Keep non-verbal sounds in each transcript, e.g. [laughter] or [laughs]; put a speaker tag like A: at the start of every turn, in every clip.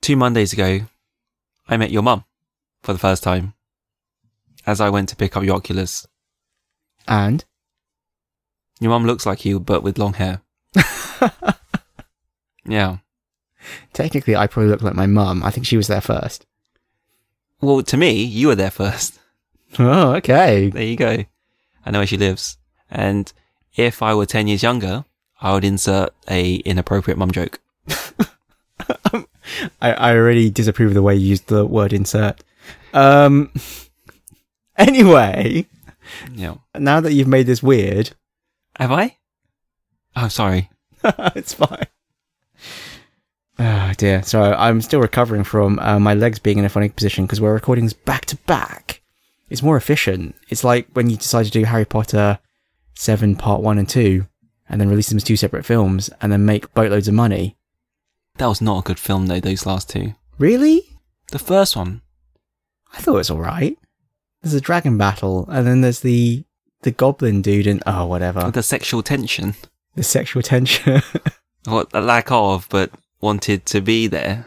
A: two Mondays ago, I met your mum for the first time as I went to pick up your Oculus.
B: And
A: Your mum looks like you, but with long hair. yeah.
B: technically, I probably look like my mum. I think she was there first.
A: Well, to me, you were there first. [laughs]
B: Oh, okay.
A: There you go. I know where she lives. And if I were 10 years younger, I would insert a inappropriate mum joke.
B: I, I already disapprove of the way you used the word insert. Um. [laughs] Anyway,
A: Yeah.
B: now that you've made this weird, [laughs]
A: Have I? Oh, sorry.
B: it's fine. Oh dear. So I'm still recovering from uh, my legs being in a funny position because we're recording this back to back. It's more efficient. It's like when you decide to do Harry Potter 7 part 1 and 2 and then release them as two separate films and then make boatloads of money.
A: That was not a good film, though, those last two.
B: Really?
A: The first one.
B: I thought it was all right. There's a dragon battle and then there's the the goblin dude and oh whatever.
A: The sexual tension.
B: The sexual tension. [laughs]
A: Or the lack of, but wanted to be there.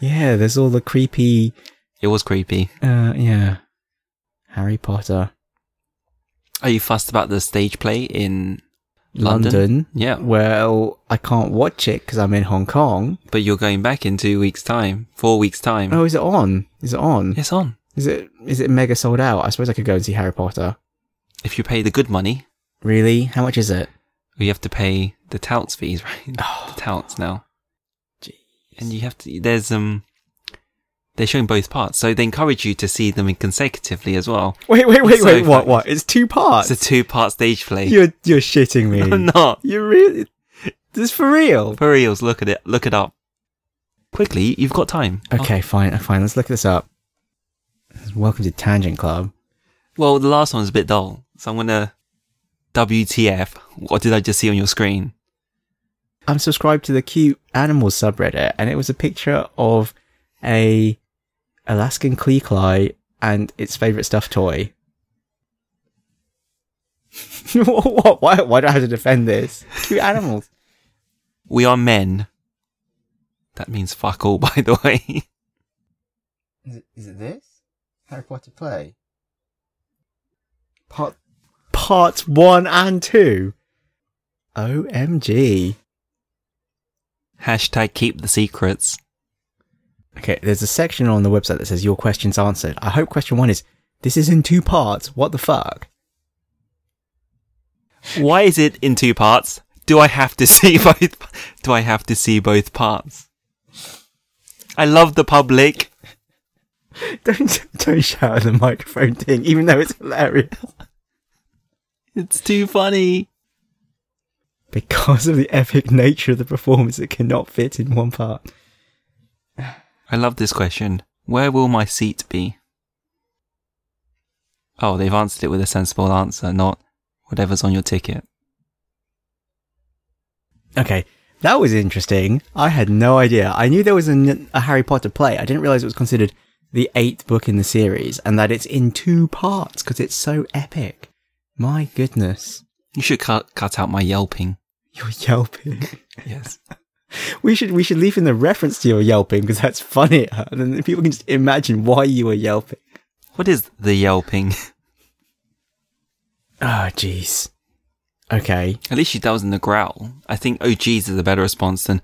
B: yeah, there's all the creepy
A: It was creepy.
B: uh yeah. Harry Potter
A: Are you fussed about the stage play in London?
B: London
A: Yeah.
B: Well, I can't watch it because I'm in Hong Kong.
A: But you're going back in two weeks' time, four weeks' time.
B: Oh, is it on? Is it on?
A: It's on.
B: Is it is it mega sold out? I suppose I could go and see Harry Potter.
A: If you pay the good money,
B: Really? How much is it?
A: you have to pay the touts fees, [laughs] right? the touts now.
B: Jeez.
A: And you have to, there's, um, they're showing both parts. So they encourage you to see them in consecutively as well.
B: Wait, wait, wait,
A: So
B: wait. What?
A: funny.
B: What? It's two parts.
A: It's a two part stage play.
B: [laughs] you're you're shitting [laughs] me.
A: [laughs] I'm not.
B: You're really. This is for real.
A: For reals, look at it. Look it up. Quickly, you've got time.
B: Okay, fine, uh, fine. Let's look this up. Welcome to Tangent Club.
A: Well, the last one's a bit dull. So I'm going to. WTF. What did I just see on your screen?
B: I'm subscribed to the cute animals subreddit, and it was a picture of a Alaskan Klee and its favorite stuffed toy. [laughs] what? Why? Why do I have to defend this? Cute animals.
A: We are men. That means fuck all, [laughs] by the way.
B: is, it, is it this Harry Potter play? Part Part one and two. Omg.
A: Hashtag keep the secrets.
B: Okay, there's a section on the website that says your questions answered. I hope question one is this is in two parts. What the fuck? [laughs]
A: Why is it in two parts? Do I have to [laughs] see both? Do I have to see both parts? I love the public.
B: Don't don't shout at the microphone thing, even though it's hilarious. [laughs]
A: It's too funny.
B: Because of the epic nature of the performance, it cannot fit in one part.
A: I love this question. Where will my seat be? Oh, they've answered it with a sensible answer, not whatever's on your ticket.
B: Okay, that was interesting. I had no idea. I knew there was an, a Harry Potter play. I didn't realize it was considered the eighth book in the series, and that it's in two parts because it's so epic. My goodness,
A: You should cut cut out my yelping.
B: you're yelping. [laughs]
A: Yes.
B: We should we should leave in the reference to your yelping because that's funnier, and [laughs] then people can just imagine why you were yelping.
A: What is the yelping? [laughs]
B: Ah, jeez. Okay.
A: At least she does in the growl. I think oh geez is a better response than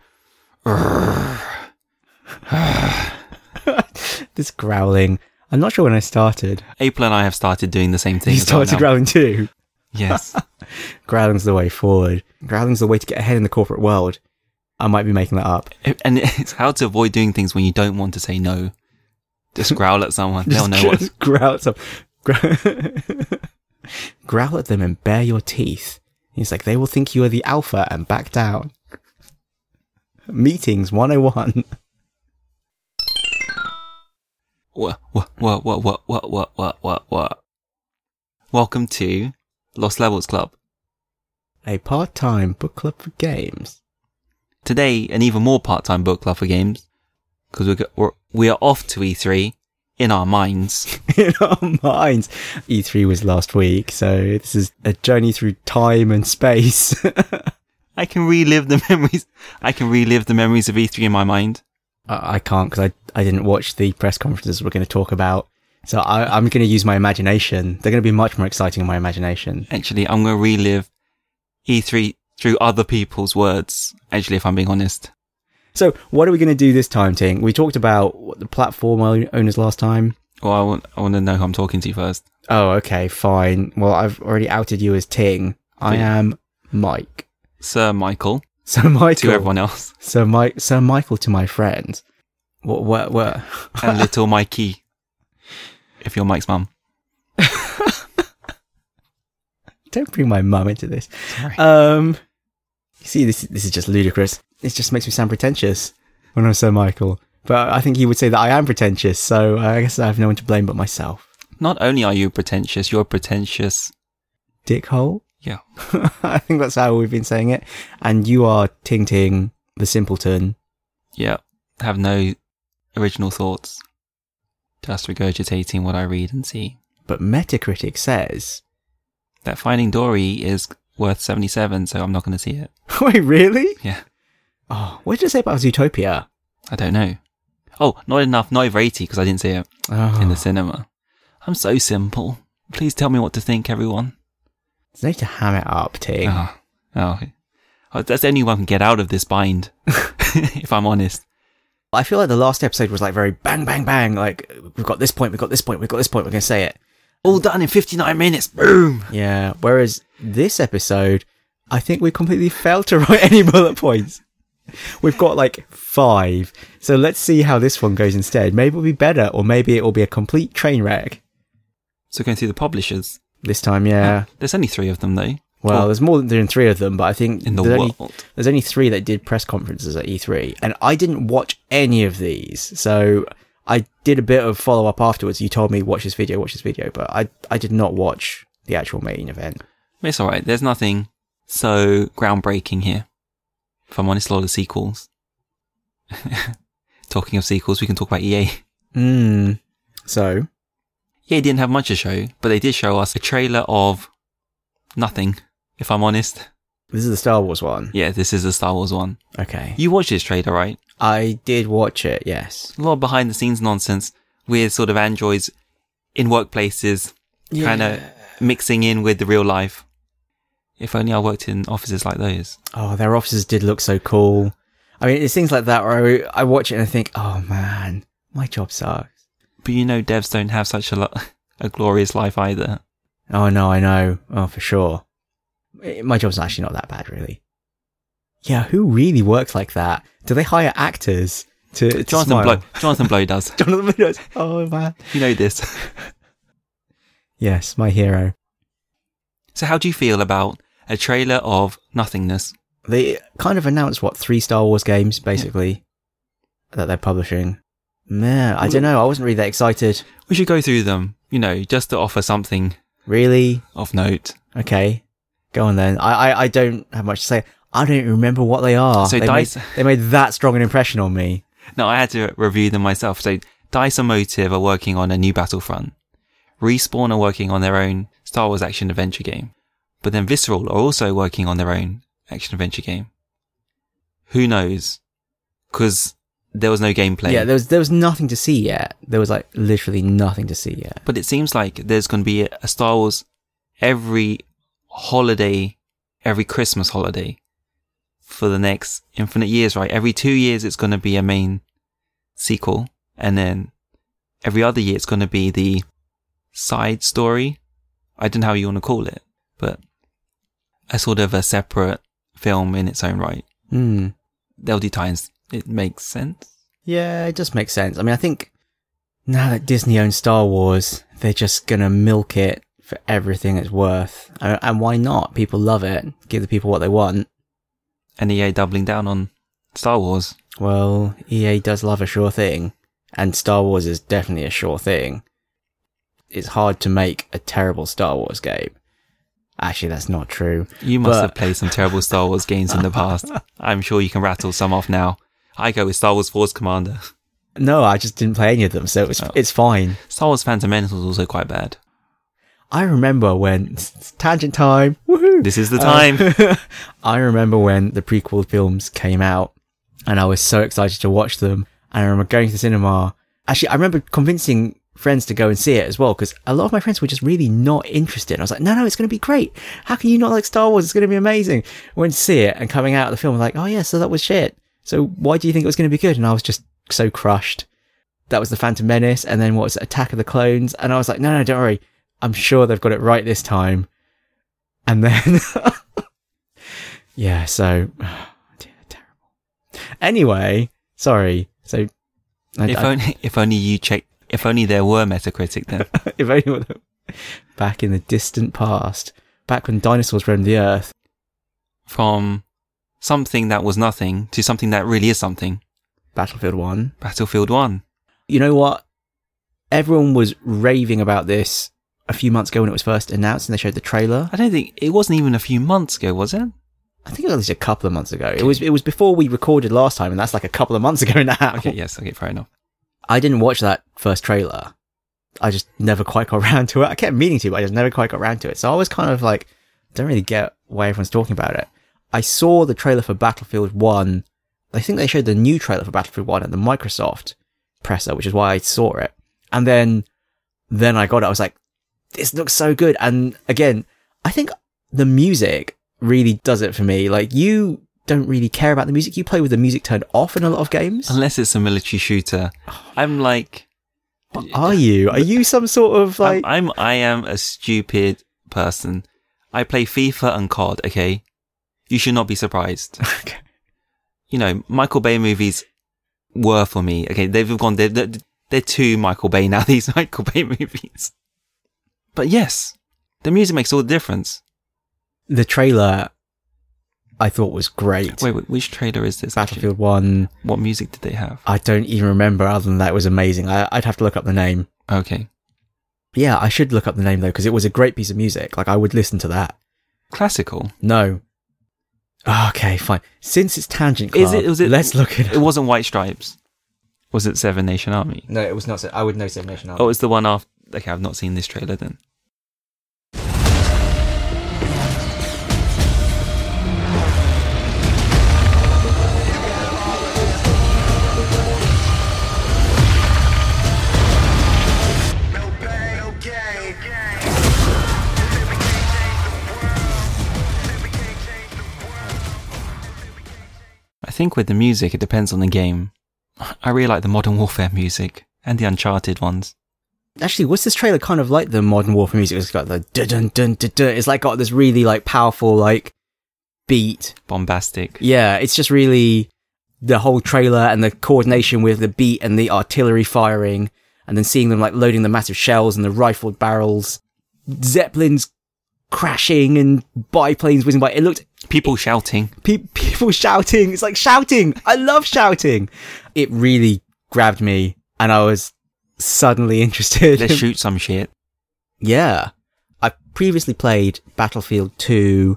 B: this growling. I'm not sure when I started.
A: April and I have started doing the same thing.
B: [laughs] You
A: as well
B: started
A: now.
B: growling too.
A: Yes.
B: Growling's the way forward. Growling's the way to get ahead in the corporate world. I might be making that up.
A: and it's how to avoid doing things when you don't want to say no. Just growl at someone. They'll know
B: [laughs]
A: what.
B: Just growl at some. Grow- growl at them and bare your teeth. It's like they will think you are the alpha and back down. Meetings 101.
A: What? What? What? What? What? What? What? What? What? What? Welcome to Lost Levels Club.
B: A part time book club for games. [laughs]
A: Today, an even more part-time book club for games because we're, go- we're we are off to E3 in our minds.
B: in our minds. E3 was last week, so this is a journey through time and space. [laughs]
A: [laughs] I can relive the memories. I can relive the memories of E3 E in my mind.
B: I, I can't because I, I didn't watch the press conferences we're going to talk about. So I, I'm going to use my imagination. They're going to be much more exciting in my imagination.
A: Actually, I'm going to relive E3 through other people's words. Actually, if I'm being honest.
B: So what are we going to do this time, Ting? We talked about what, the platform o- owners last time.
A: Well, I want, I want to know who I'm talking to first.
B: Oh, okay, fine. Well, I've already outed you as Ting. I
A: Yeah.
B: am Mike. [laughs]
A: Sir Michael,
B: So
A: to
B: Michael.
A: everyone else,
B: So Mike. So Michael to my friend. What? What? What?
A: and little Mikey, if you're Mike's mum.
B: Don't bring my mum into this. Um, you see, this this is just ludicrous. It just makes me sound pretentious when I'm Sir Michael. But I think he would say that I am pretentious. So I guess I have no one to blame but myself.
A: Not only are you pretentious, you're pretentious.
B: Dickhole.
A: Yeah.
B: [laughs] I think that's how we've been saying it. And you are Ting Ting, the simpleton.
A: Yeah. Have no original thoughts. Just regurgitating what I read and see.
B: But Metacritic says, [laughs]
A: That Finding Dory is worth 77, so I'm not going to see it.
B: "Wait, really?
A: Yeah.
B: Oh, what did I say about Zootopia?
A: I don't know. Oh, not enough, not over 80 because I didn't see it
B: Oh,
A: in the cinema. I'm so simple. Please tell me what to think, everyone.
B: there's no need to ham it up, Ting.
A: Oh, oh. Oh, that's the only one I can get out of this
B: [laughs]
A: bind, if I'm honest.
B: I feel like the last episode was like very bang, bang, bang. Like we've got this point, we've got this point, we've got this point. We're gonna say it.
A: All done in 59 minutes. Boom.
B: Yeah. Whereas this episode, I think we completely [laughs] failed to write any bullet points. We've got like five. So let's see how this one goes instead. Maybe it'll be better, or maybe it will be a complete train wreck
A: So going through the publishers.
B: this time. Yeah.
A: There's only three of them, though.
B: Well, there's more than three of them, but I think
A: in the
B: there's only-
A: world.
B: there's only three that did press conferences at E3, and I didn't watch any of these. So I did a bit of follow up afterwards. You told me watch this video, watch this video, but I I did not watch the actual main event.
A: It's all right. There's nothing so groundbreaking here. If I'm honest, a lot of sequels. [laughs] Talking of sequels, we can talk about E EA.
B: Mm. So
A: EA didn't have much to show, but they did show us a trailer of nothing. If I'm honest,
B: this is the Star Wars one.
A: yeah, this is the Star Wars one.
B: Okay,
A: You watched this trailer, right?
B: I did watch it. Yes,
A: A lot of behind the scenes nonsense, weird sort of androids in workplaces, kind of mixing in with the real life. If only I worked in offices like those.
B: Oh, their offices did look so cool. I mean, it's things like that where I, I watch it and I think, oh man, my job sucks.
A: But you know, devs don't have such a, lo- [laughs] a glorious life either.
B: Oh no, I know. Oh, for sure. Eh, My job's actually not that bad, really. Yeah, who really works like that? Do they hire actors to, to
A: Jonathan
B: smile?
A: Blow. Jonathan Blow does.
B: [laughs] Jonathan Blow. does- Oh man.
A: You know this.
B: Yes, my hero.
A: So, how do you feel about a trailer of nothingness?
B: They kind of announced what three Star Wars games basically that they're publishing. Meh, I don't know. I wasn't really that excited.
A: We should go through them, you know, just to offer something
B: Really?
A: of note.
B: Okay. Go on then. I, I, I don't have much to say. I don't even remember what they are.
A: So
B: they
A: Dice-
B: made, they made that strong an impression on me.
A: No, I had to review them myself. So, Dice and Motive are working on a new Battlefront. Respawn are working on their own Star Wars action adventure game. But then Visceral are also working on their own action adventure game. Who knows? Because there was no gameplay.
B: Yeah, there was there was nothing to see yet. There was like literally nothing to see yet.
A: But it seems like there's going to be a Star Wars every holiday, every Christmas holiday for the next infinite years, right? Every two years, it's going to be a main sequel. And then every other year, it's going to be the side story. I don't know how you want to call it, but a sort of a separate film in its own right.
B: Hmm.
A: There'll be times it makes sense.
B: Yeah, it just makes sense. I mean, I think now that Disney owns Star Wars, they're just gonna milk it for everything it's worth. And, and why not? People love it. Give the people what they want.
A: And EA doubling down on Star Wars.
B: Well, EA does love a sure thing, and Star Wars is definitely a sure thing. It's hard to make a terrible Star Wars game. Actually, that's not true.
A: You must
B: But-
A: have played some terrible Star Wars games in the past. [laughs] I'm sure you can rattle some off now. I go with Star Wars Force Commander.
B: No, I just didn't play any of them, so it's
A: Oh.
B: it's fine.
A: Star Wars Fundamentals was also quite bad.
B: I remember when [laughs] it's tangent time. Woohoo!
A: This is the time.
B: [laughs] Uh, I remember when the prequel films came out, and I was so excited to watch them. And I remember going to the cinema. Actually, I remember convincing friends to go and see it as well because a lot of my friends were just really not interested. I was like, no, no, it's going to be great. How can you not like Star Wars? It's going to be amazing. I went to see it and coming out of the film, like, oh yeah, so that was shit. So why do you think it was going to be good? And I was just so crushed. That was the Phantom Menace, and then what was it, Attack of the Clones? And I was like, no, no, don't worry. I'm sure they've got it right this time. And then, [laughs] yeah, so [sighs] dear, terrible. Anyway, sorry. So, I,
A: if
B: I-
A: only, if only you checked. If only there were Metacritic [laughs] then.
B: [laughs] if anyone back in the distant past, back when dinosaurs roamed the earth.
A: From something that was nothing to something that really is something.
B: Battlefield 1.
A: Battlefield One.
B: You know what? Everyone was raving about this a few months ago when it was first announced and they showed the trailer.
A: I don't think it wasn't even a few months ago, was it?
B: I think it was at least a couple of months ago. It was it was before we recorded last time and that's like a couple of months ago [laughs] now.
A: Okay, yes, okay, fair enough.
B: I didn't watch that first trailer. I just never quite got [laughs] around to it. I kept meaning to, but I just never quite got around to it. So I was kind of like, don't really get why everyone's talking about it. I saw the trailer for Battlefield 1. I think they showed the new trailer for Battlefield 1 at the Microsoft presser, which is why I saw it. And then, then I got it. I was like, this looks so good. And again, I think the music really does it for me. Like you don't really care about the music. You play with the music turned off in a lot of games.
A: Unless it's a military [sighs] shooter. I'm like,
B: What are you? Are you some sort of like?
A: I'm, I'm I am a stupid person. I play FIFA and COD, okay? You should not be surprised.
B: okay.
A: You know, Michael Bay movies were for me. Okay, they've gone they're, they're, they're too Michael Bay now [laughs] these Michael Bay movies. But yes, the music makes all the difference.
B: [laughs] The trailer, I thought was great.
A: Wait, wait which trailer is this? actually?
B: Battlefield One.
A: What music did they have?
B: I don't even remember. Other than that, it was amazing. I, I'd have to look up the name.
A: Okay.
B: Yeah, I should look up the name though because it was a great piece of music. Like I would listen to that.
A: Classical.
B: No. Ah, Okay, fine. Since it's Tangent Club,
A: Is it- was it-
B: let's look it
A: It
B: up.
A: wasn't White Stripes. Was it Seven Nation Army?
B: No, it was not. I would know Seven Nation
A: Oh, it's the one after. Okay, I've not seen this trailer then.
C: No pain, no gain.
A: I think with the music, it depends on the game. I really like the Modern Warfare music and the Uncharted ones.
B: Actually, what's this trailer kind of like? The modern warfare music. It's got the dun dun dun dun dun. It's like got this really like powerful like beat
A: Bombastic.
B: Yeah, it's just really the whole trailer and the coordination with the beat and the artillery firing, and then seeing them like loading the massive shells and the rifled barrels, zeppelins crashing and biplanes whizzing by. It looked
A: People shouting.
B: pe- people shouting. It's like shouting. I love shouting. It really grabbed me, and I was suddenly [laughs] interested.
A: Let's shoot some shit.
B: Yeah. I previously played Battlefield 2,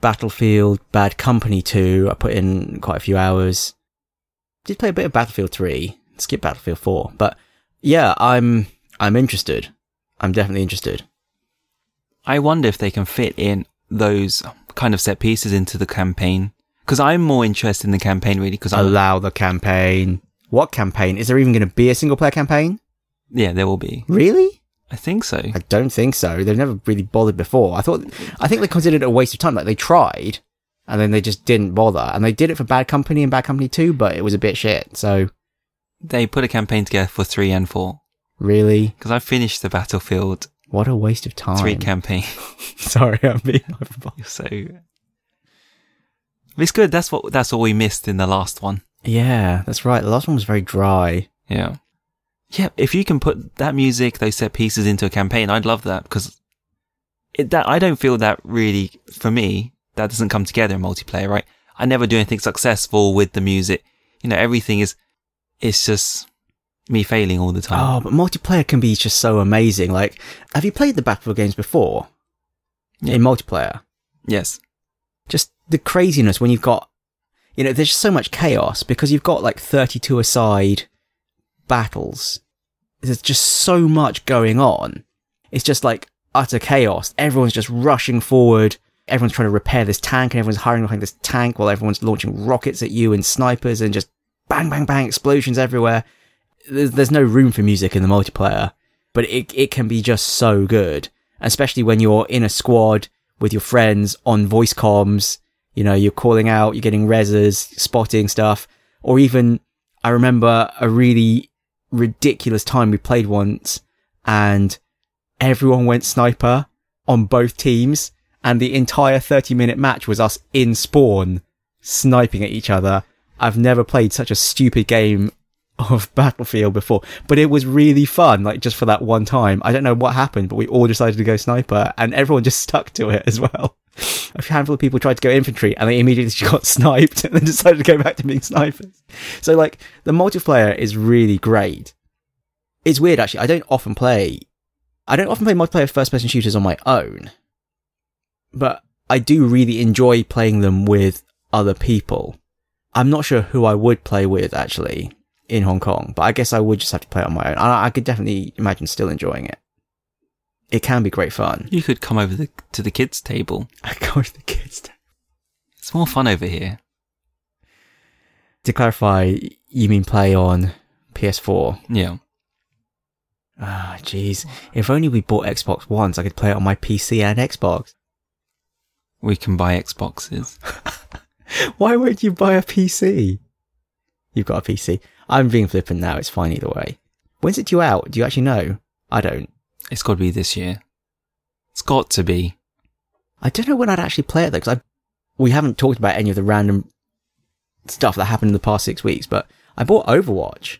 B: Battlefield Bad Company 2. I put in quite a few hours. Did play a bit of Battlefield 3, skip Battlefield 4, but yeah, I'm I'm interested. I'm definitely interested.
A: I wonder if they can fit in those kind of set pieces into the campaign. Because I'm more interested in the campaign really. Because I
B: Allow the campaign. What campaign? Is there even going to be a single player campaign?
A: yeah, there will be.
B: Really?
A: I think so.
B: I don't think so. They've never really bothered before. I thought, I think they considered it a waste of time. Like they tried, and then they just didn't bother. And they did it for Bad Company and Bad Company Two, but it was a bit shit. So
A: They put a campaign together for three and four.
B: really,
A: Because I finished the Battlefield
B: what a waste of time.
A: three campaign. [laughs]
B: [laughs] Sorry, I'm being hyperbolic.
A: So it's good. That's what that's all we missed in the last one.
B: Yeah, that's right. The last one was very dry.
A: Yeah, yeah. If you can put that music, those set pieces into a campaign, I'd love that because it, that I don't feel that really for me that doesn't come together in multiplayer. Right? I never do anything successful with the music. You know, everything is it's just me failing all the time.
B: Oh, but multiplayer can be just so amazing. Like, have you played the Battlefield games before?
A: Yeah.
B: In multiplayer,
A: Yes,
B: just the craziness when you've got you know there's just so much chaos because you've got like 32 aside battles there's just so much going on it's just like utter chaos everyone's just rushing forward everyone's trying to repair this tank and everyone's hiring behind this tank while everyone's launching rockets at you and snipers and just bang, bang, bang, explosions everywhere. There's, there's no room for music in the multiplayer, but it, it can be just so good, especially when you're in a squad with your friends on voice comms. You know, you're calling out, you're getting reses, spotting stuff, or even I remember a really ridiculous time we played once and everyone went sniper on both teams and the entire 30 minute match was us in spawn sniping at each other. I've never played such a stupid game of Battlefield before, but it was really fun, like just for that one time. I don't know what happened, but we all decided to go sniper and everyone just stuck to it as well. A handful of people tried to go infantry and they immediately [laughs] got sniped and then decided to go back to being snipers. So like the multiplayer is really great. It's weird actually. I don't often play I don't often play multiplayer first person shooters on my own, but I do really enjoy playing them with other people. I'm not sure who I would play with actually in Hong Kong, but I guess I would just have to play it on my own. And I, I could definitely imagine still enjoying it. It can be great fun.
A: You could come over the, to the kids' table.
B: [laughs] I go to the kids. to-
A: It's more fun over here.
B: To clarify, you mean play on PS4?
A: Yeah.
B: Ah, jeez. If only we bought Xbox Ones, I could play it on my PC and Xbox. [laughs]
A: We can buy Xboxes.
B: Why won't you buy a PC? You've got a PC. I'm being flippant now. It's fine either way. When's it due out? Do you actually know? I don't.
A: It's got to be this year. It's got to be.
B: I don't know when I'd actually play it though, because we haven't talked about any of the random stuff that happened in the past six weeks. But I bought Overwatch.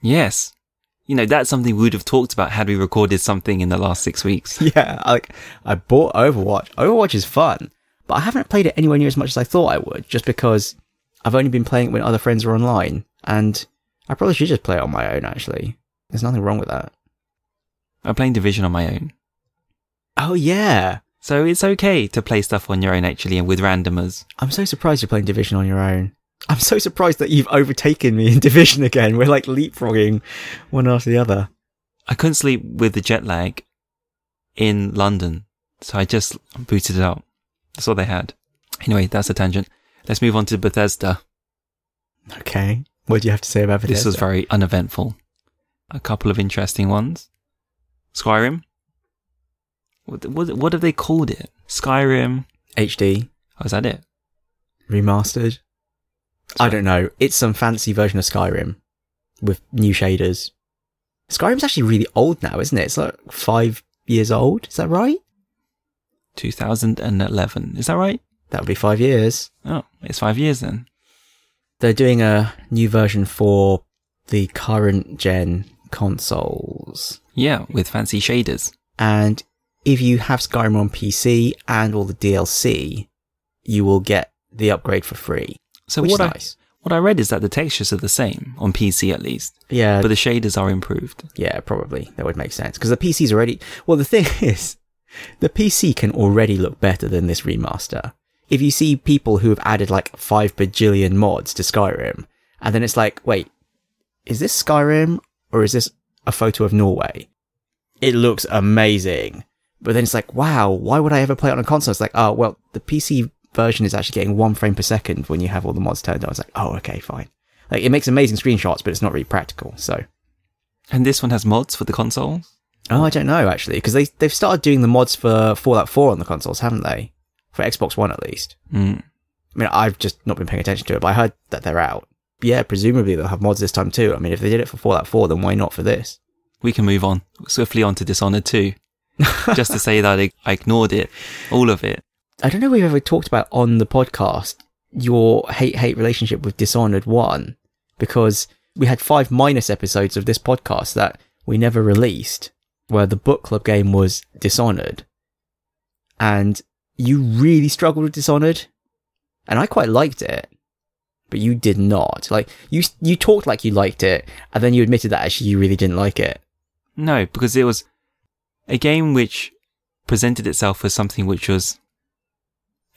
A: Yes. You know, that's something we would have talked about had we recorded something in the last six weeks.
B: [laughs] yeah, I- like I bought Overwatch. Overwatch is fun, but I haven't played it anywhere near as much as I thought I would, just because I've only been playing it when other friends are online, and I probably should just play it on my own. Actually, there's nothing wrong with that.
A: I'm playing Division on my own.
B: Oh yeah,
A: So it's okay to play stuff on your own actually and with randomers.
B: I'm so surprised you're playing Division on your own. I'm so surprised that you've overtaken me in Division again. We're like leapfrogging one after the other.
A: I couldn't sleep with the jet lag in London. So I just booted it up. That's all they had. Anyway, that's a tangent. Let's move on to Bethesda.
B: Okay. What do you have to say about Bethesda?
A: This was very uneventful. A couple of interesting ones. Skyrim. What, what, what have they called it? Skyrim.
B: HD
A: Oh, is that it?
B: remastered. I don't know. It's some fancy version of Skyrim with new shaders. Skyrim's actually really old now, isn't it? It's like five years old. Is that right?
A: 2011. Is that right?
B: That would be five years.
A: Oh, it's five years then.
B: They're doing a new version for the current gen consoles.
A: Yeah, with fancy shaders.
B: And if you have Skyrim on PC and all the DLC, you will get the upgrade for free.
A: So
B: which
A: what
B: is
A: I,
B: nice.
A: what I read is that the textures are the same on PC at least,
B: Yeah,
A: but the shaders are improved.
B: yeah, probably that would make sense because the PC's already. Well, the thing [laughs] is, the PC can already look better than this remaster. If you see people who have added like five bajillion mods to Skyrim, and then it's like, wait, is this Skyrim or is this a photo of Norway? It looks amazing. But then it's like, wow, why would I ever play it on a console? It's like, oh, well, the PC version is actually getting one frame per second when you have all the mods turned on. It's like, oh, okay, fine. Like, it makes amazing screenshots, but it's not really practical. So,
A: And this one has mods for the console.
B: Oh, I don't know actually, because they they've started doing the mods for Fallout 4 on the consoles, haven't they? For Xbox One at least.
A: Mm.
B: I mean, I've just not been paying attention to it, but I heard that they're out. Yeah, presumably they'll have mods this time too. I mean, if they did it for Fallout 4, then why not for this?
A: We can move on swiftly on to Dishonored [laughs] 2. Just to say that I, I ignored it, all of it.
B: I don't know if we've ever talked about on the podcast your hate hate relationship with Dishonored 1 because we had five minus episodes of this podcast that we never released where the book club game was Dishonored. And you really struggled with Dishonored and I quite liked it. But you did not. Like you you talked like you liked it and then you admitted that actually you really didn't like it.
A: No, because it was a game which presented itself as something which was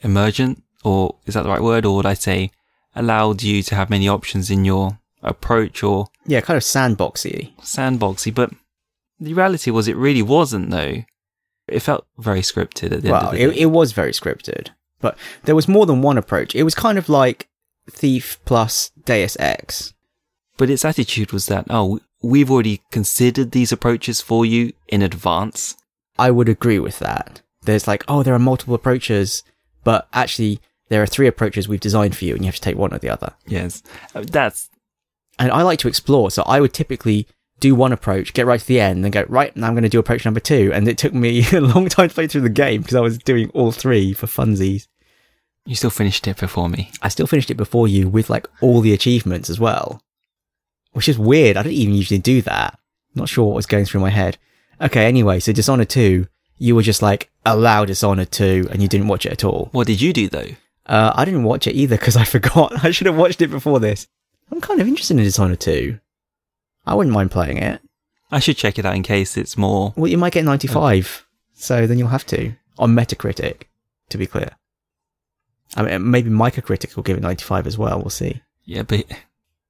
A: emergent, or is that the right word? Or would I say allowed you to have many options in your approach or
B: Yeah, kind of sandboxy.
A: sandboxy? But the reality was, it really wasn't, though. It felt very scripted at the end
B: Well,
A: of the
B: it,
A: day.
B: it was very scripted, but there was more than one approach. It was kind of like Thief plus Deus Ex.
A: But its attitude was that, oh, we've already considered these approaches for you in advance.
B: I would agree with that. There's like, oh, there are multiple approaches, but actually, there are three approaches we've designed for you, and you have to take one or the other.
A: Yes. Uh, That's,
B: And I like to explore, so I would typically do one approach, get right to the end, then go, right, now I'm going to do approach number two. And it took me [laughs] a long time to play through the game because I was doing all three for funsies.
A: you still finished it before me.
B: I still finished it before you with like all the achievements as well, which is weird. I don't even usually do that. Not sure what was going through my head. Okay, anyway, so Dishonored 2, you were just like, allow Dishonored 2, and you didn't watch it at all.
A: What did you do though?
B: Uh, I didn't watch it either because I [laughs] forgot. I should have watched it before this. I'm kind of interested in Dishonored 2. I wouldn't mind playing it.
A: I should check it out in case it's more.
B: Well, you might get 95, so then you'll have to. On Metacritic, to be clear. I mean, maybe Microcritic will give it 95 as well. We'll see.
A: Yeah, but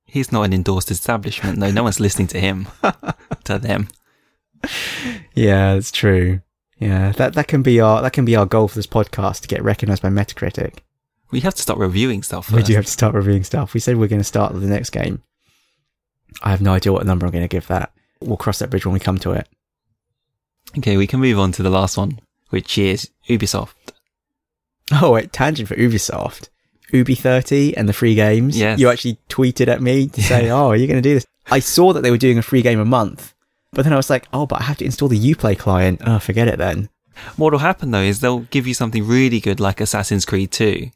A: he's not an endorsed establishment though. No one's listening to him, [laughs] to them.
B: Yeah, that's true. Yeah, that that can be our that can be our goal for this podcast to get recognised by Metacritic.
A: We have to start reviewing stuff
B: We
A: first.
B: do have to start reviewing stuff. We said we're going to start with the next game. I have no idea what number I'm going to give that. We'll cross that bridge when we come to it.
A: Okay, we can move on to the last one, which is Ubisoft.
B: Oh, wait, tangent for Ubisoft. Ubi 30 and the free games.
A: Yes.
B: You actually tweeted at me to say, oh, are you going to do this? I saw that they were doing a free game a month, but then I was like, oh, but I have to install the Uplay client. Oh, forget it then.
A: What'll happen though is they'll give you something really good like Assassin's Creed 2,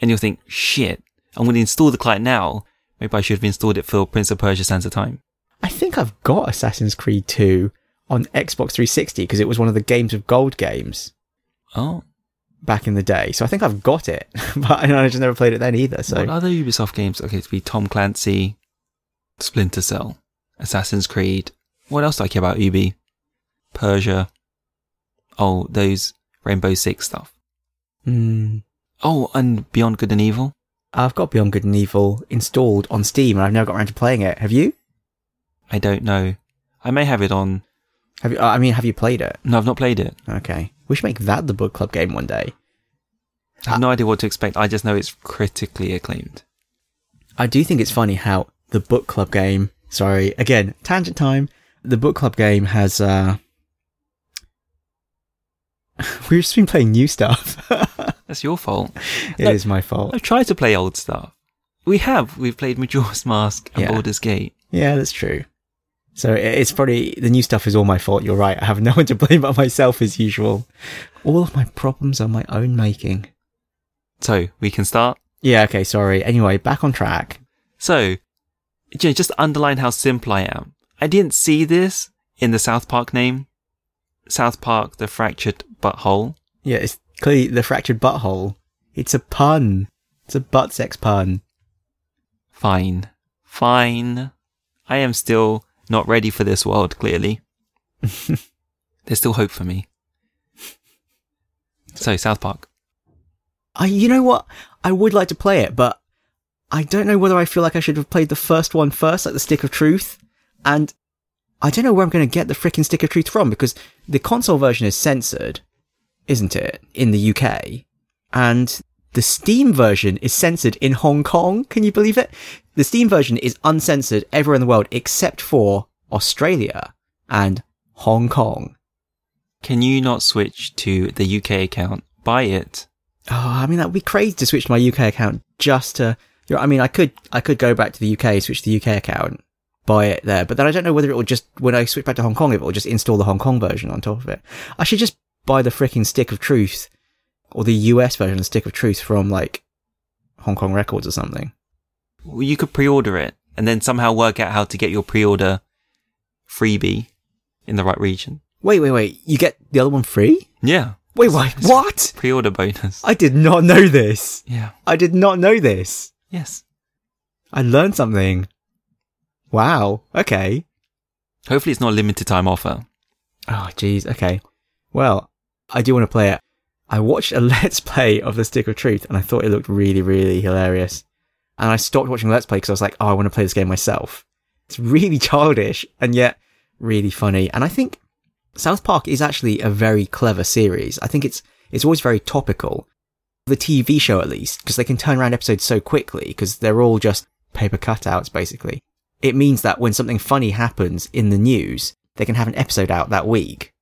A: and you'll think, shit, I'm going to install the client now. Maybe I should have installed it for Prince of Persia Sands of Time.
B: I think I've got Assassin's Creed 2 on Xbox 360 because it was one of the Games of Gold games
A: Oh,
B: back in the day. So I think I've got it, [laughs] but I know I just never played it then either. So
A: what other Ubisoft games? Okay, it'd be Tom Clancy, Splinter Cell, Assassin's Creed. What else do I care about Ubi? Persia. Oh, those Rainbow Six stuff.
B: Hmm.
A: Oh, and Beyond Good and Evil.
B: I've got Beyond Good and Evil installed on Steam and I've never got around to playing it. Have you?
A: I don't know. I may have it on.
B: Have you? uh, I mean, have you played it?
A: No, I've not played it.
B: Okay. We should make that the book club game one day.
A: I have no
B: Ah.
A: idea what to expect. I just know it's critically acclaimed.
B: I do think it's funny how the book club game, sorry, again, tangent time, the book club game has, uh, [laughs] we've just been playing new stuff. [laughs]
A: That's your fault.
B: It is
A: No.
B: my fault.
A: I've tried to play old stuff. We have. We've played Majora's Mask and
B: Yeah.
A: Baldur's Gate.
B: Yeah, that's true. So i- it's probably, the new stuff is all my fault. You're right. I have [laughs] no one to blame but myself as usual. All of my problems are my own making.
A: So we can start.
B: Yeah, okay, sorry. Anyway, back on track.
A: So, you know, just to underline how simple I am. I didn't see this in the South Park name. South Park, the fractured butthole.
B: Yeah, it's clearly the fractured butthole. It's a pun. It's a butt sex pun.
A: Fine. Fine. I am still not ready for this world, clearly. There's still hope for me. So, South Park.
B: I, you know what? I would like to play it, but I don't know whether I feel like I should have played the first one first, like the Stick of Truth. And I don't know where I'm going to get the freaking Stick of Truth from because the console version is censored, isn't it? In the UK. And the Steam version is censored in Hong Kong. Can you believe it? The Steam version is uncensored everywhere in the world except for Australia and Hong Kong.
A: Can you not switch to the UK account? Buy it.
B: Oh, I mean, that'd be crazy to switch to my UK account just to. You know, I mean, I could I could go back to the UK, switch to the UK account, buy it there, but then I don't know whether it will just when I switch back to Hong Kong, if it will just install the Hong Kong version on top of it. I should just buy the freaking Stick of Truth or the US version of Stick of Truth from like Hong Kong Records or something.
A: Well, you could pre-order it and then somehow work out how to get your pre-order freebie in the right region.
B: Wait, wait, wait! You get the other one free?
A: Yeah.
B: Wait, wait, what?
A: Pre-order bonus.
B: I did not know this.
A: Yeah.
B: I did not know this.
A: Yes.
B: I learned something. Wow. Okay.
A: Hopefully it's not a limited time offer.
B: Oh, jeez. Okay. Well, I do want to play it. I watched a [laughs] Let's Play of The Stick of Truth and I thought it looked really, really hilarious. And I stopped watching Let's Play because I was like, oh, I want to play this game myself. It's really [laughs] childish and yet really funny. And I think South Park is actually a very clever series. I think it's, it's always very topical. the TV show at least, because they can turn around episodes so quickly, because they're all just paper cutouts basically. It means that when something funny happens in the news, they can have an episode out that week.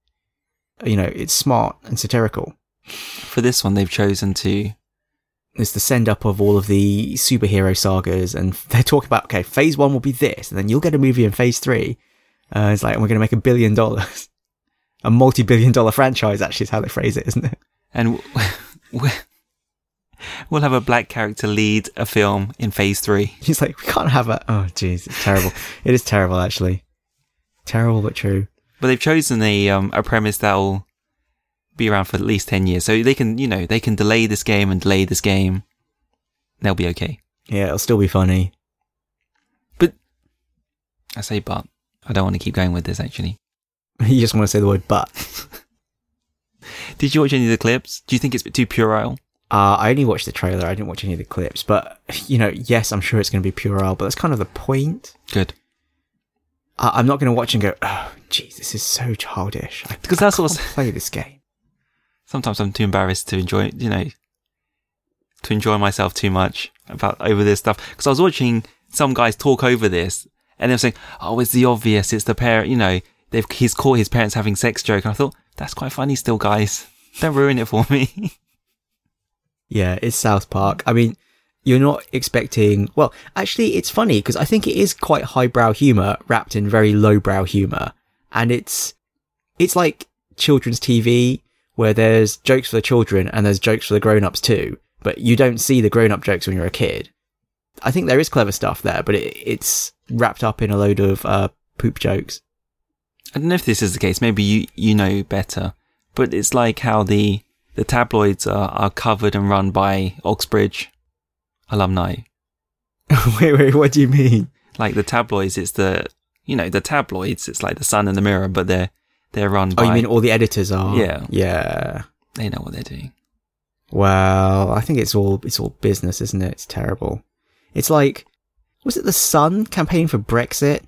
B: You know, it's smart and satirical.
A: For this one, they've chosen to.
B: It's the send up of all of the superhero sagas, and [laughs] they're talking about okay, phase one will be this, and then you'll get a movie in phase three. Uh, it's like and we're going to make a billion dollars, [laughs] a multi-billion dollar franchise. Actually, is how they phrase it, isn't it? [laughs]
A: And w- [laughs] we'll have a black character lead a film in phase three.
B: He's like, we can't have a. Oh, jeez, it's terrible. [laughs] it is terrible, actually. Terrible but true.
A: But they've chosen a um, a premise that'll be around for at least ten years, so they can you know they can delay this game and delay this game. They'll be okay.
B: Yeah, it'll still be funny. [laughs]
A: I say, but I don't want to keep going with this. Actually,
B: you just want to say the word but.
A: did you watch any of the clips? Do you think it's a bit too puerile?
B: Uh, I only watched the trailer. I didn't watch any of the clips, but you know, yes, I'm sure it's going to be puerile, but that's kind of the point.
A: Good,
B: I- I'm not going to watch and go, oh, jeez, this is so childish. I
A: because that's what.
B: can't play this game.
A: Sometimes I'm too embarrassed to enjoy, you know, to enjoy myself too much about over this stuff. Because I was watching some guys talk over this, and they were saying, "Oh, it's the obvious. It's the parent. You know, they've he's caught his parents having sex joke." And I thought that's quite funny, still, guys. Don't ruin it for me. [laughs]
B: Yeah, it's South Park. I mean, you're not expecting. Well, actually, it's funny because I think it is quite highbrow humor wrapped in very lowbrow humor, and it's it's like children's TV where there's jokes for the children and there's jokes for the grown-ups too, but you don't see the grown-up jokes when you're a kid. I think there is clever stuff there, but it, it's wrapped up in a load of uh, poop jokes. [laughs]
A: I don't know if this is the case. Maybe you you know better, but it's like how the the tabloids are, are covered and run by Oxbridge alumni.
B: wait, wait, what do you mean?
A: Like the tabloids, it's the you know the tabloids. It's like the Sun and the Mirror, but they're they're run
B: Oh,
A: by
B: you mean all the editors are?
A: Yeah.
B: Yeah.
A: they know what they're doing.
B: Well, I think it's all it's all business, isn't it? It's terrible. It's like was it the Sun campaigning for Brexit,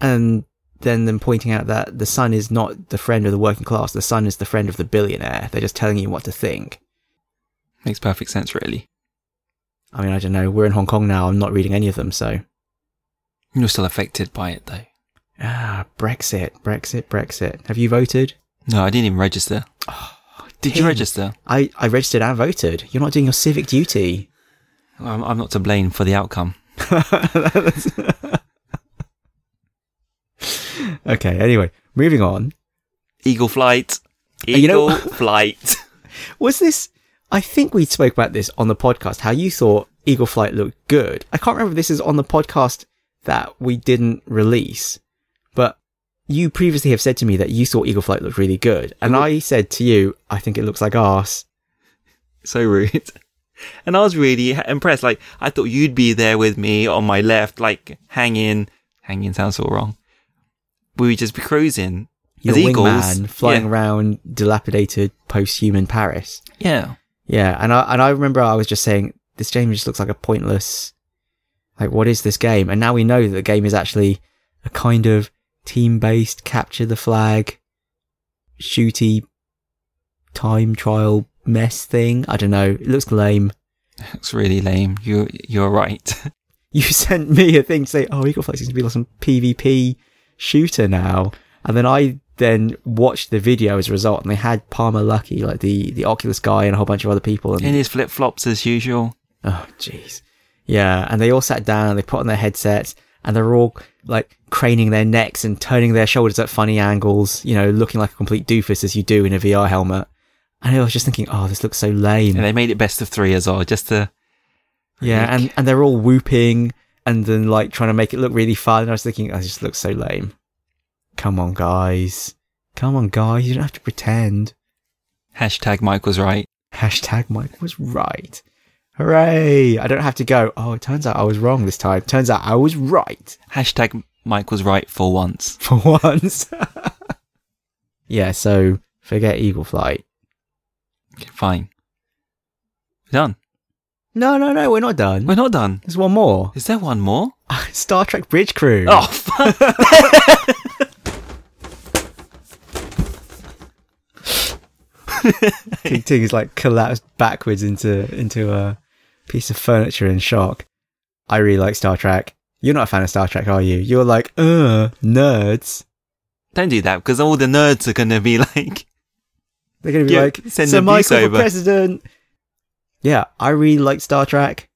B: and then them pointing out that the Sun is not the friend of the working class. The Sun is the friend of the billionaire. They're just telling you what to think.
A: Makes perfect sense, really.
B: I mean, I don't know. We're in Hong Kong now. I'm not reading any of them, so
A: You're still affected by it though.
B: ah, Brexit, Brexit, Brexit. Have you voted?
A: No, I didn't even
B: [sighs]
A: register. Did you
B: Tim.
A: register?
B: I I registered and voted. You're not doing your civic duty.
A: I'm, I'm not to blame for the outcome.
B: okay, anyway, moving on.
A: Eagle flight. Eagle
B: Uh, You know- [laughs]
A: flight.
B: Was this I think we spoke about this on the podcast how you thought Eagle Flight looked good. I can't remember if this is on the podcast that we didn't release. But you previously have said to me that you thought Eagle Flight looked really good, and I said to you, I think it looks like arse.
A: so rude. And I was really h- impressed. Like, I thought you'd be there with me on my left, like hanging. Hanging sounds so wrong. We would just be cruising
B: Your
A: as eagles,
B: wingman flying
A: Yeah.
B: around dilapidated post-human Paris.
A: yeah,
B: Yeah, and I and I remember I was just saying this game just looks like a pointless. Like, what is this game? And now we know that the game is actually a kind of team-based capture the flag, shooty, time trial mess thing. I don't know. It looks lame. [laughs]
A: looks really lame. You, you're right. [laughs]
B: You sent me a thing to say, "Oh, Eagle Flight seems to be like some PvP shooter now," and then I then watched the video as a result, and they had Palmer Lucky, like the the Oculus guy, and a whole bunch of other people, and
A: In his flip flops as usual.
B: Oh, jeez. Yeah, and they all sat down and they put on their headsets and they're all like craning their necks and turning their shoulders at funny angles, you know, looking like a complete doofus as you do in a VR helmet. And I was just thinking, oh, this looks so lame.
A: And they made it best of three as well, just to
B: yeah, and, and they're all whooping and then like trying to make it look really fun. And I was thinking, oh, this just looks so lame. Come on, guys. Come on, guys. You don't have to pretend.
A: hashtag Mike was right.
B: Hashtag Mike was right. Hooray! I don't have to go, oh, it turns out I was wrong this time. Turns out I was right.
A: Hashtag Mike was right for once.
B: for [laughs] once. yeah, so forget Eagle Flight.
A: Okay, fine. We're done.
B: No, no, no, we're not done.
A: We're not done.
B: There's one more.
A: Is there one more?
B: [laughs] Star Trek Bridge Crew. [laughs]
A: Oh, [laughs] fuck.
B: Ting Ting is like collapsed backwards into into a piece of furniture in shock. I really like Star Trek. You're not a fan of Star Trek, are you? You're like, uh, nerds.
A: Don't do that because all the nerds are going to be [laughs] like,
B: They're gonna be
A: Yeah,
B: like,
A: send
B: Sir
A: abuse
B: Michael for
A: over."
B: president. Yeah, I really like Star Trek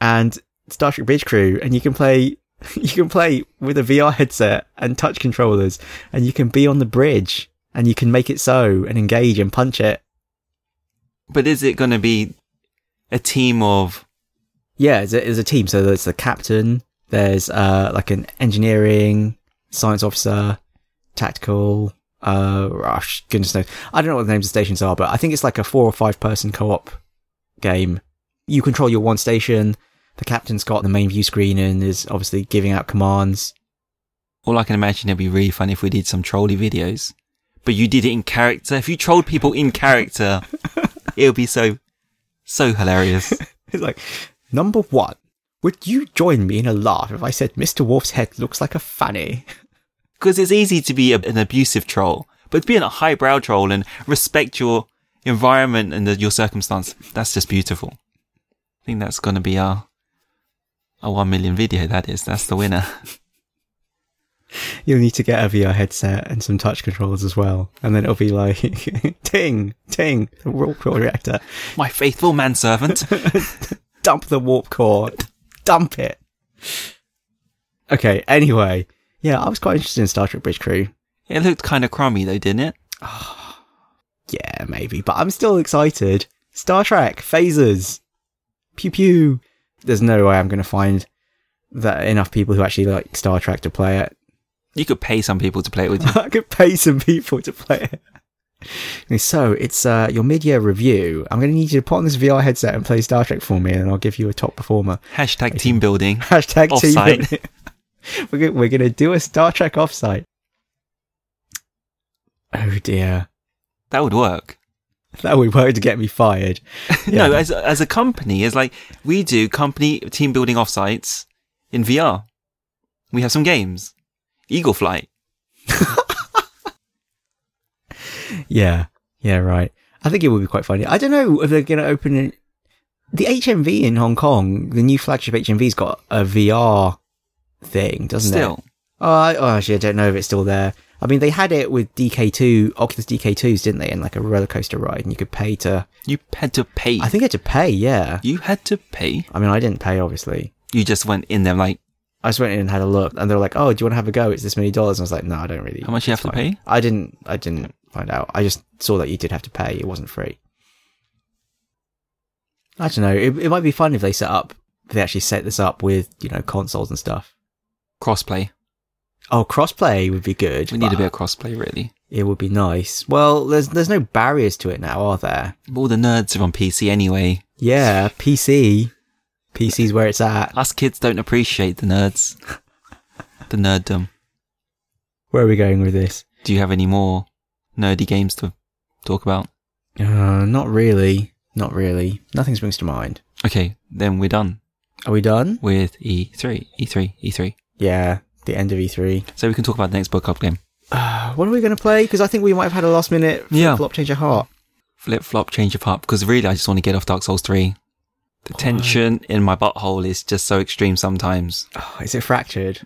B: and Star Trek Bridge Crew, and you can play [laughs] you can play with a VR headset and touch controllers, and you can be on the bridge, and you can make it so and engage and punch it.
A: but is it going to be a team of,
B: Yeah, it's a, it's a team. So there's the captain, there's uh, like an engineering, science officer, tactical, uh, gosh, goodness knows. I don't know what the names of stations are, but I think it's like a four or five person co op game. You control your one station. The captain's got the main view screen and is obviously giving out commands. [laughs]
A: all I can imagine it'd be really fun if we did some trolley videos, but you did it in character. If you trolled people in character, it would be so, so hilarious.
B: It's like, number one, would you join me in a laugh if I said Mr. Wolf's head looks like a fanny?
A: Because it's easy to be a, an abusive troll, but being a highbrow troll and respect your environment and the, your circumstance, that's just beautiful. I think that's going to be our, our 1 million video, that is. That's the winner.
B: You'll need to get a VR headset and some touch controllers as well. And then it'll be like, [laughs] ting, ting, the warp core reactor.
A: My faithful manservant.
B: Dump the warp core. Dump it. Okay, anyway. Yeah, I was quite interested in Star Trek Bridge Crew.
A: it looked kind of crummy though, didn't it?
B: Yeah, maybe. But I'm still excited. Star Trek, phasers. Pew pew. There's no way I'm going to find that enough people who actually like Star Trek to play it.
A: You could pay some people to play it with you.
B: [laughs] I could pay some people to play it. Okay, So it's uh, your mid-year review. I'm going to need you to put on this VR headset and play Star Trek for me, and I'll give you a top performer. [laughs]
A: Hashtag team building.
B: Hashtag
A: Offsite.
B: team. [laughs] we're go- we're going to do a Star Trek offsite. Oh dear, [laughs]
A: That would work.
B: that would work to get me fired.
A: [laughs] No, as, as a company, it's like we do company team building offsites in VR. We have some games. Eagle Flight. eh?
B: Yeah, yeah, right. I think it would be quite funny. I don't know if they're going to open it. The HMV in Hong Kong, the new flagship HMV's got a VR thing, doesn't it?
A: Still.
B: Oh, I, oh, actually, I don't know if it's still there. I mean, they had it with DK2, Oculus DK2s, didn't they? And like a roller coaster ride, and you could pay to.
A: You had to pay.
B: I think you had to pay, yeah.
A: you had to pay.
B: I mean, I didn't pay, obviously.
A: You just went in there like,
B: I just went in and had a look, and they were like, "Oh, do you want to have a go? It's this many dollars." And I was like, "No, I don't really."
A: how much you have
B: It's
A: to
B: fine."
A: pay?
B: I didn't. I didn't find out. I just saw that you did have to pay. It wasn't free. I don't know. It, it might be fun if they set up. If they actually set this up with you know consoles and stuff.
A: Crossplay.
B: Oh, crossplay would be good.
A: We need a
B: but-
A: bit of crossplay, really.
B: It would be nice. Well, there's there's no barriers to it now, are there?
A: All the nerds are on PC anyway.
B: Yeah, PC. PC's where it's at.
A: Us kids don't appreciate the nerds. [laughs] the nerddom.
B: Where are we going with this?
A: Do you have any more nerdy games to talk about?
B: Uh, not really. Not really. Nothing springs to mind.
A: Okay, then we're done
B: Are we done?
A: with E E3, E3, E3.
B: Yeah, the end of E3.
A: E So we can talk about the next World Cup game.
B: Uh, what are we going to play? Because I think we might have had a last minute
A: Yeah.
B: flop change of heart.
A: Flip flop, change of heart, because really I just want to get off Dark Souls 3. The tension in my butthole is just so extreme sometimes.
B: Oh, is it fractured?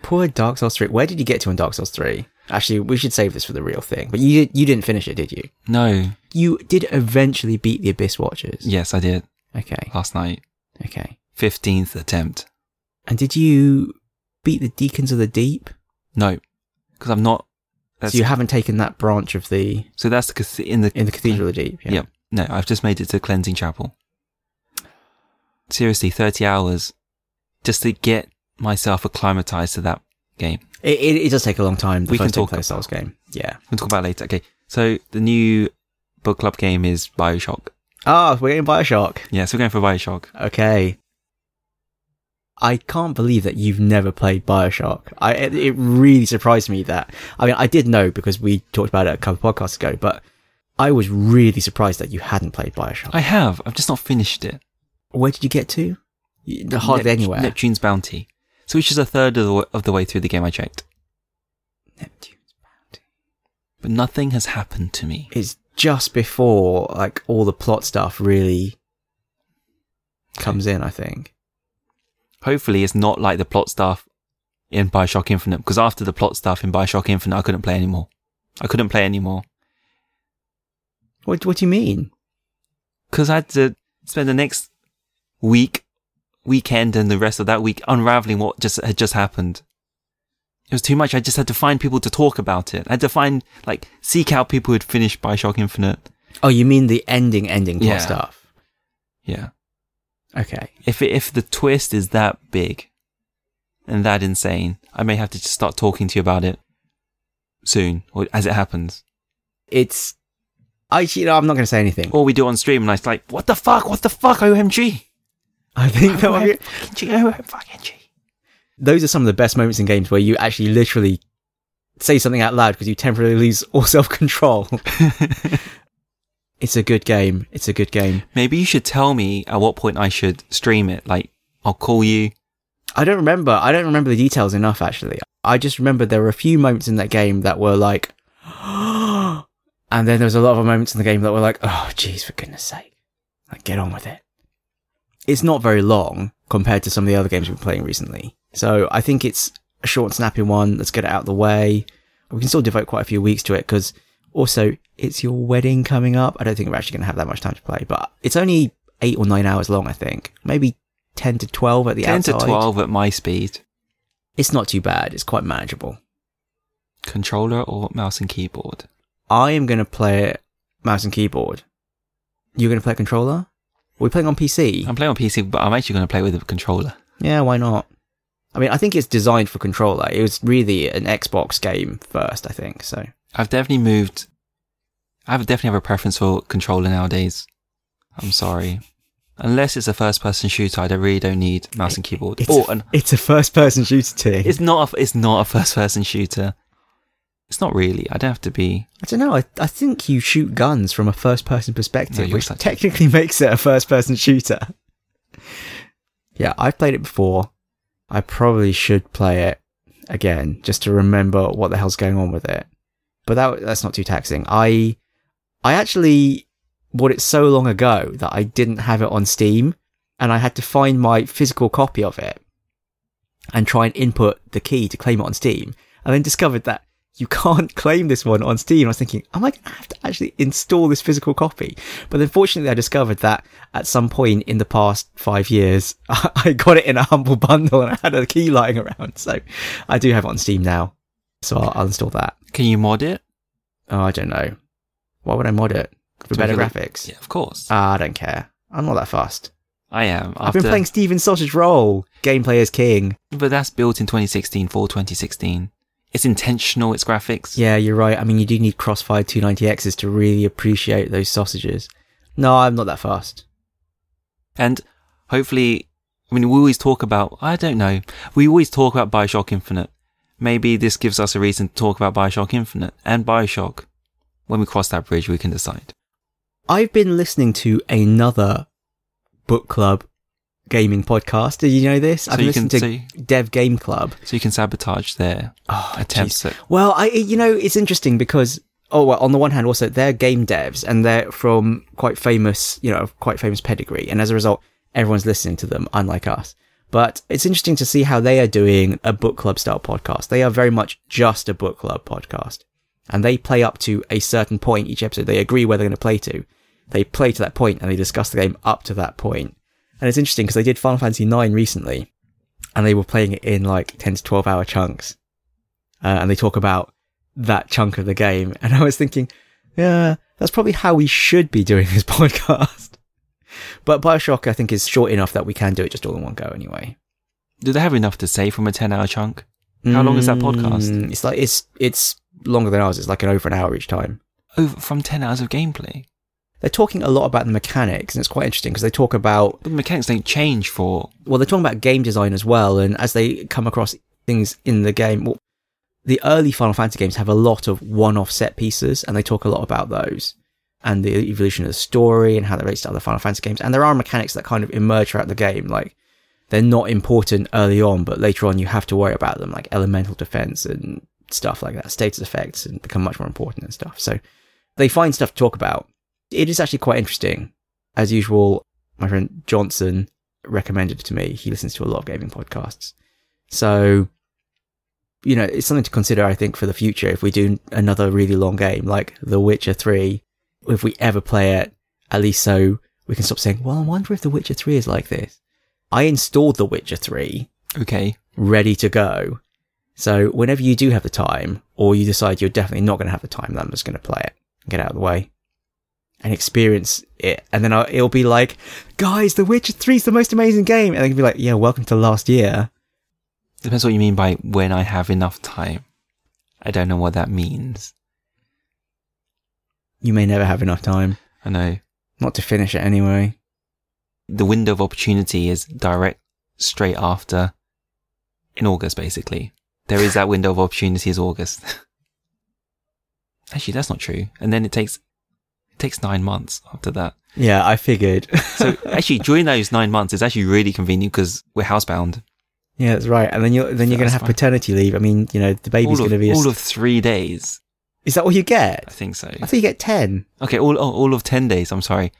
B: Poor Dark Souls 3. Where did you get to in Dark Souls 3? Actually, we should save this for the real thing. But you you didn't finish it, did you?
A: No.
B: You did eventually beat the Abyss Watchers.
A: Yes, I did
B: Okay.
A: last night.
B: Okay.
A: 15th attempt.
B: And did you beat the Deacons of the Deep?
A: No, because I'm not. That's,
B: so you haven't taken that branch of the
A: so that's the cathe- in the
B: in the Cathedral of the Deep.
A: Yeah. No, I've just made it to Cleansing Chapel. Seriously, 30 hours just to get myself acclimatized to that game.
B: It, it, it does take a long time. The
A: We
B: we
A: can
B: first can
A: talk
B: talk Souls game. Yeah.
A: We'll talk about it later. Okay, so the new book club game is Bioshock.
B: Ah, we're getting Bioshock.
A: Yes, we're going for Bioshock.
B: Okay. I can't believe that you've never played Bioshock. I it, it really surprised me that I mean I did know because we talked about it a couple of podcasts ago, but I was really surprised that you hadn't played Bioshock.
A: I have. I've just not finished it.
B: Where did you get to? You- Hardly
A: Nept-
B: anywhere.
A: Neptune's Bounty. So which is a third of the, w- of the way through the game I checked.
B: Neptune's Bounty.
A: but nothing has happened to me.
B: It's just before like all the plot stuff really comes in. I think.
A: Hopefully, it's not like the plot stuff in Bioshock Infinite, because after the plot stuff in Bioshock Infinite, I couldn't play anymore. I couldn't play anymore
B: What What do you mean?
A: because I had to spend the next week, weekend, and the rest of that week unraveling what just had just happened. It was too much. I just had to find people to talk about it. I had to find like seek out people who'd finished Bioshock Infinite.
B: Oh, you mean the ending, ending plot
A: Yeah.
B: stuff?
A: Yeah.
B: Okay.
A: If it, if the twist is that big and that insane, I may have to just start talking to you about it soon or as it happens.
B: It's. I, you know, I'm not going to say anything. [laughs]
A: Or we do it on stream and it's like, what the fuck? What the fuck? [laughs] OMG.
B: I think that would be-
A: Fucking G, OMG.
B: those are some of the best moments in games where you actually literally say something out loud because you temporarily lose all [laughs] self control. it's a good game. It's a good game.
A: Maybe you should tell me at what point I should stream it. Like, I'll call you.
B: I don't remember. I don't remember the details enough, actually. I just remember there were a few moments in that game that were like, [gasps] and then there was a lot of other moments in the game that were like, oh, jeez, for goodness sake. Like, get on with it. It's not very long compared to some of the other games we've been playing recently. So I think it's a short and snappy one. Let's get it out of the way. We can still devote quite a few weeks to it because also it's your wedding coming up. I don't think we're actually going to have that much time to play, but it's only eight or nine hours long, I think. Maybe 10 to 12 at the
A: 10
B: outside
A: to 12 at my speed.
B: it's not too bad. It's quite manageable.
A: Controller or mouse and keyboard?
B: I am going to play it mouse and keyboard. You're going to play controller? Are we playing on PC?
A: I'm playing on PC, but I'm actually going to play with a controller.
B: yeah, why not? I mean, I think it's designed for controller. It was really an Xbox game first, I think. So
A: I've definitely moved. I have definitely have a preference for controller nowadays. I'm sorry. Unless it's a first person shooter, I don't- really don't need mouse and keyboard.
B: it's,
A: or
B: a,
A: an,
B: it's a first-person shooter too.
A: it's not a, it's not a first person shooter. It's not really. I don't have to be.
B: I don't know. I, I think you shoot guns from a first-person perspective,
A: you're
B: which
A: such a-
B: technically [laughs] makes it a first-person shooter. yeah, I've played it before. I probably should play it again just to remember what the hell's going on with it. But that that's not too taxing. I I actually bought it so long ago that I didn't have it on Steam, and I had to find my physical copy of it and try and input the key to claim it on Steam, and then discovered that you can't [laughs] claim this one on Steam. I was thinking, am I going to have to actually install this physical copy? But unfortunately, I discovered that at some point in the past five years, [laughs] I got it in a humble [laughs] bundle and I had a key lying around. So I do have it on Steam now. So I'll, I'll install that.
A: Can you mod it?
B: Oh, I don't know. Why would I mod it? For
A: Do
B: better
A: you feel like-
B: graphics?
A: Yeah, of course.
B: Ah, I don't care. I'm not that fast.
A: Uh, I am. After,
B: I've been playing Steven Sausage Roll. Gameplay is king.
A: But that's built in 2016 for 2016. It's intentional, it's graphics.
B: Yeah, you're right. I mean, you do need Crossfire 290Xs to really appreciate those sausages. No, I'm not that fast.
A: And hopefully, I mean, we always talk about, I don't know, we always talk about Bioshock Infinite. Maybe this gives us a reason to talk about Bioshock Infinite and Bioshock. When we cross that bridge, we can decide.
B: I've been listening to another book club gaming podcast. Did you know this?
A: So
B: I've been
A: you can-
B: listening
A: so
B: to
A: you-
B: Dev Game Club.
A: So you can sabotage their
B: Oh,
A: attempts
B: jeez.
A: at-
B: Well, I you know it's interesting because oh well, on the one hand, also they're game devs and they're from quite famous, you know, quite famous pedigree, and as a result, everyone's listening to them, unlike us. But it's interesting to see how they are doing a book club style podcast. They are very much just a book club podcast, and they play up to a certain point each episode. They agree where they're going to play to. They play to that point and they discuss the game up to that point. And it's interesting because they did Final Fantasy IX recently, and they were playing it in like ten to twelve hour chunks uh, and they talk about that chunk of the game. And I was thinking, yeah, that's probably how we should be doing this [laughs] podcast. But Bioshock, I think, is short enough that we can do it just all in one go anyway.
A: Do they have enough to say from a 10 hour chunk? How long is that podcast?
B: Mm, It's like it's it's longer than ours. It's like an over an hour each time.
A: Over from 10 hours of gameplay.
B: They're talking a lot about the mechanics, and it's quite interesting because they talk about
A: But the mechanics don't change for,
B: well, they're talking about game design as well, and as they come across things in the game, well, the early Final Fantasy games have a lot of one-off set pieces, and they talk a lot about those and the evolution of the story and how that relates to other Final Fantasy games. And there are mechanics that kind of emerge throughout the game, like they're not important early on, but later on you have to worry about them, like elemental defense and stuff like that, status effects, and become much more important and stuff. So they find stuff to talk about. It is actually quite interesting. As usual, my friend Johnson recommended it to me. He listens to a lot of gaming podcasts. So, you know, it's something to consider, I think, for the future if we do another really long game like The Witcher 3, if we ever play it, at least so we can stop saying, well, I wonder if The Witcher 3 is like this. I installed The Witcher 3
A: Okay.
B: ready to go. So whenever you do have the time, or you decide you're definitely not going to have the time, then I'm just going to play it and get out of the way and experience it. And then i it'll be like, guys, The Witcher 3 is the most amazing game. And they can be like, yeah, welcome to last year.
A: Depends what you mean by when I have enough time. I don't know what that means.
B: You may never have enough time.
A: I know
B: Not to finish it anyway.
A: the window of opportunity is direct straight after in August, basically. There is that window of opportunity is August. [laughs] Actually, that's not true. And then it takes, it takes nine months after that.
B: Yeah, I figured. [laughs]
A: So actually, during those nine months, it's actually really convenient because we're housebound.
B: yeah, that's right. And then you're then you're going to
A: That's
B: have
A: fine.
B: paternity leave. I mean, you know, the baby's
A: all
B: going
A: of,
B: to be. A,
A: all of three days.
B: is that all you
A: I
B: get?
A: think so.
B: I thought you get ten.
A: Okay, all oh, all of ten days. I'm sorry,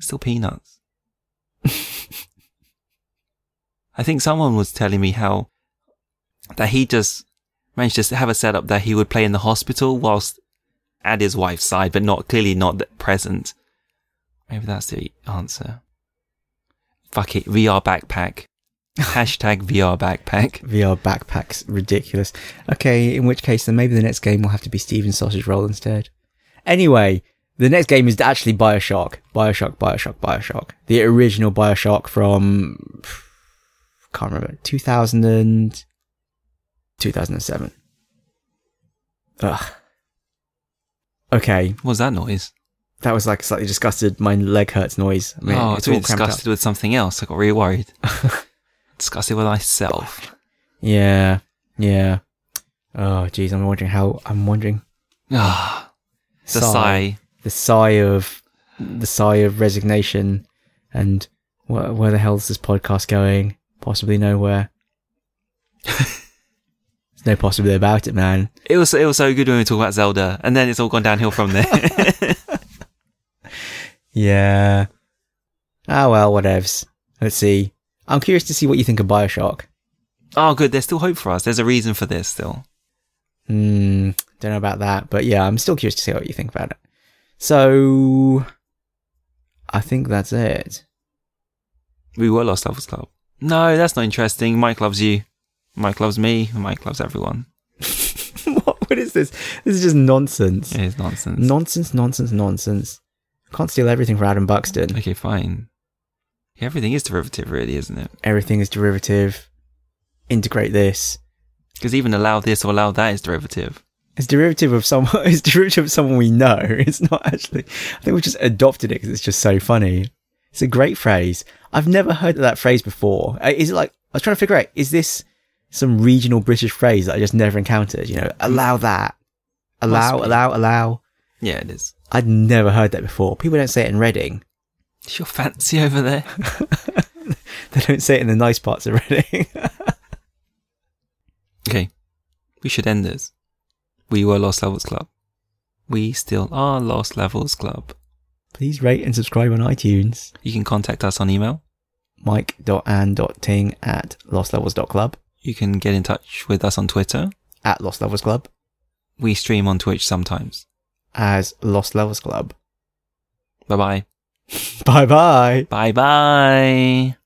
A: still peanuts. [laughs] I think someone was telling me how that he just managed to have a setup that he would play in the hospital whilst at his wife's side, but not clearly not th- present. Maybe that's the answer. Fuck it, VR
B: [laughs]
A: backpack. Hashtag VR backpack.
B: VR backpacks ridiculous. Okay, in which case then maybe the next game will have to be Steven Sausage Roll instead. Anyway, the next game is actually Bioshock. Bioshock, Bioshock, Bioshock. The original Bioshock from can't remember 2000 and 2007. Ugh. Okay,
A: What was that noise?
B: that was like slightly disgusted. My leg hurts noise. I mean,
A: oh,
B: it's
A: I
B: all
A: was
B: cramped up.
A: disgusted with something else. I got really
B: [laughs]
A: worried. disgusted with
B: [sighs]
A: myself.
B: Yeah, yeah. Oh, geez, I'm wondering how. I'm wondering
A: Ah. the sigh.
B: the sigh of the sigh of resignation, and where, where the hell's this podcast going? Possibly nowhere. There's no possibility about it, man.
A: It was it was so good when we talk about Zelda, and then it's all gone downhill from [laughs] there.
B: Yeah. Ah well, whatevs. Let's see. I'm curious to see what you think of Bioshock.
A: oh, good. There's still hope for us. There's a reason for this still.
B: Hmm, don't know about that, but yeah, I'm still curious to see what you think about it. So, I think that's it. [laughs]
A: We were Lost Lovers Club. No, that's not interesting. Mike loves you. Mike loves me. and Mike loves everyone.
B: what? What is this? This is just nonsense.
A: It is nonsense.
B: Nonsense, nonsense, nonsense. Can't steal everything from Adam Buxton.
A: Okay, fine. Everything is derivative, really, isn't it?
B: Everything is derivative. Integrate this.
A: Because even allow this or allow that is derivative.
B: It's derivative of someone. [laughs] It's derivative of someone we know. [laughs] It's not actually. I think we just adopted it because it's just so funny. It's a great phrase. I've never heard that phrase before. Uh, Is it like I was trying to figure out? Is this some regional British phrase that I just never encountered? You know, allow that, allow,
A: Must be.
B: allow, allow.
A: Yeah, it is.
B: I'd never heard that before. People don't say it in Reading. [laughs]
A: It's your fancy [laughs] over there.
B: They don't say it in the nice parts of [laughs] Reading.
A: Okay, we should end this. We were Lost Levels Club. We still are Lost Levels Club.
B: Please rate and subscribe on iTunes.
A: You can contact us on email.
B: Mike.an.ting at lostlevels.club,
A: You can get in touch with us on Twitter.
B: at Lost Levels Club,
A: We stream on Twitch sometimes.
B: as Lost Levels Club. [laughs]
A: Bye bye.
B: Bye bye.
A: Bye bye.